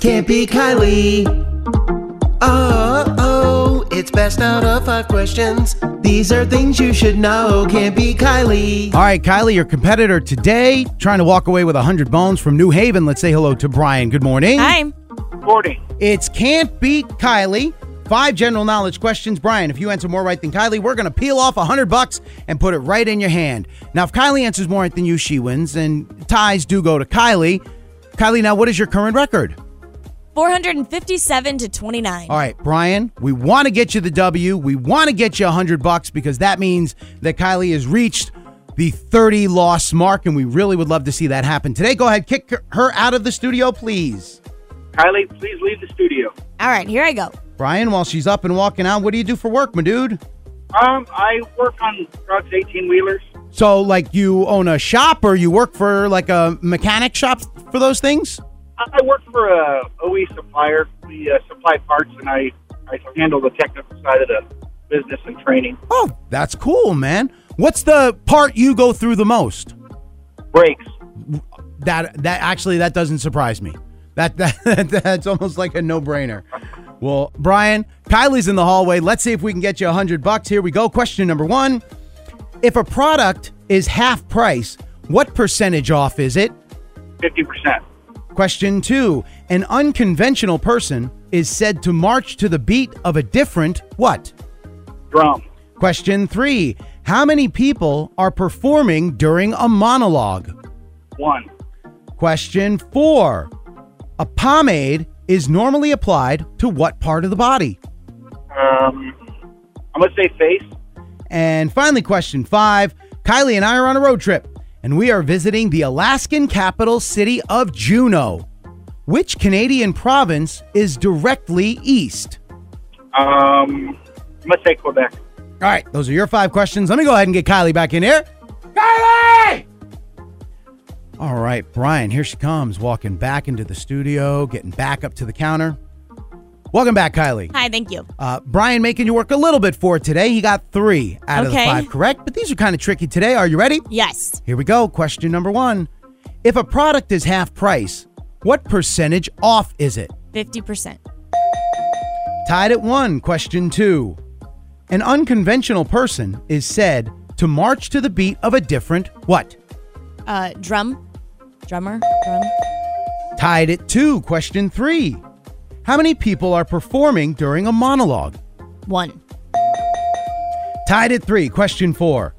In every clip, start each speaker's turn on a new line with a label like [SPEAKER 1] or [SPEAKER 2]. [SPEAKER 1] Can't be Kylie. Oh, oh, it's best out of five questions. These are things you should know. Can't be Kylie.
[SPEAKER 2] All right, Kylie, your competitor today, trying to walk away with 100 bones from New Haven. Let's say hello to Brian. Good morning.
[SPEAKER 3] Hi.
[SPEAKER 4] Morning.
[SPEAKER 2] It's Can't Beat Kylie. Five general knowledge questions. Brian, if you answer more right than Kylie, we're going to peel off 100 bucks and put it right in your hand. Now, if Kylie answers more right than you, she wins, and ties do go to Kylie. Kylie, now what is your current record?
[SPEAKER 3] 457 to 29.
[SPEAKER 2] All right, Brian, we want to get you the W. We want to get you 100 bucks because that means that Kylie has reached the 30 loss mark, and we really would love to see that happen today. Go ahead, kick her out of the studio, please.
[SPEAKER 4] Kylie, please leave the studio.
[SPEAKER 3] All right, here I go.
[SPEAKER 2] Brian, while she's up and walking out, what do you do for work, my dude?
[SPEAKER 4] Um, I work on trucks, 18 wheelers.
[SPEAKER 2] So, like, you own a shop or you work for like a mechanic shop for those things?
[SPEAKER 4] I work for a OE supplier. We uh, supply parts, and I, I handle the technical side of the business and training.
[SPEAKER 2] Oh, that's cool, man. What's the part you go through the most?
[SPEAKER 4] Brakes.
[SPEAKER 2] That that actually that doesn't surprise me. That, that that's almost like a no-brainer. Well, Brian, Kylie's in the hallway. Let's see if we can get you 100 bucks. Here we go. Question number 1. If a product is half price, what percentage off is it?
[SPEAKER 4] 50%.
[SPEAKER 2] Question two An unconventional person is said to march to the beat of a different what?
[SPEAKER 4] Drum.
[SPEAKER 2] Question three How many people are performing during a monologue?
[SPEAKER 4] One.
[SPEAKER 2] Question four A pomade is normally applied to what part of the body?
[SPEAKER 4] Um, I'm going to say face.
[SPEAKER 2] And finally, question five Kylie and I are on a road trip, and we are visiting the Alaskan capital city of Juneau. Which Canadian province is directly east?
[SPEAKER 4] Um, I'm going to say Quebec.
[SPEAKER 2] All right, those are your five questions. Let me go ahead and get Kylie back in here.
[SPEAKER 4] Kylie!
[SPEAKER 2] All right, Brian, here she comes, walking back into the studio, getting back up to the counter. Welcome back, Kylie.
[SPEAKER 3] Hi, thank you.
[SPEAKER 2] Uh, Brian making you work a little bit for it today. He got three out of the
[SPEAKER 3] Okay.
[SPEAKER 2] five correct, but these are kind of tricky today. Are you ready?
[SPEAKER 3] Yes.
[SPEAKER 2] Here we go. Question number one If a product is half price, what percentage off is it?
[SPEAKER 3] 50%.
[SPEAKER 2] Tied at one. Question two An unconventional person is said to march to the beat of a different what?
[SPEAKER 3] Uh, drum. Drummer. Drum.
[SPEAKER 2] Tied at two. Question three How many people are performing during a monologue?
[SPEAKER 3] One.
[SPEAKER 2] Tied at three. Question four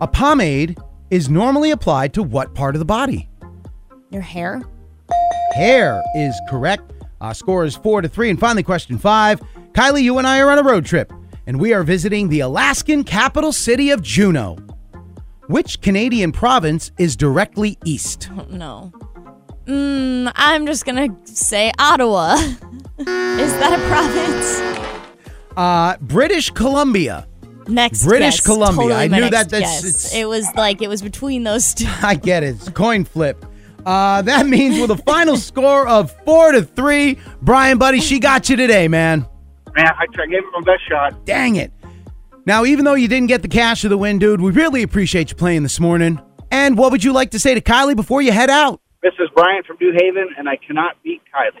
[SPEAKER 2] A pomade is normally applied to what part of the body?
[SPEAKER 3] Your hair.
[SPEAKER 2] Hair is correct. Uh, score is four to three. And finally, question five Kylie, you and I are on a road trip, and we are visiting the Alaskan capital city of Juneau. Which Canadian province is directly east?
[SPEAKER 3] Oh, No. Mm, I'm just going to say Ottawa. is that a province?
[SPEAKER 2] Uh, British Columbia.
[SPEAKER 3] Next.
[SPEAKER 2] British
[SPEAKER 3] guess.
[SPEAKER 2] Columbia.
[SPEAKER 3] Totally
[SPEAKER 2] I
[SPEAKER 3] my
[SPEAKER 2] knew
[SPEAKER 3] next
[SPEAKER 2] that- that's-
[SPEAKER 3] guess.
[SPEAKER 2] it's-
[SPEAKER 3] It was like, it was between those two.
[SPEAKER 2] I get it. It's a coin flip. Uh, that means with a final score of four to three, Brian, buddy, she got you today, man.
[SPEAKER 4] Man, I tried, gave it my best shot.
[SPEAKER 2] Dang it. Now, even though you didn't get the cash or the win, dude, we really appreciate you playing this morning. And what would you like to say to Kylie before you head out?
[SPEAKER 4] This is Brian from New Haven, and I cannot beat Kylie.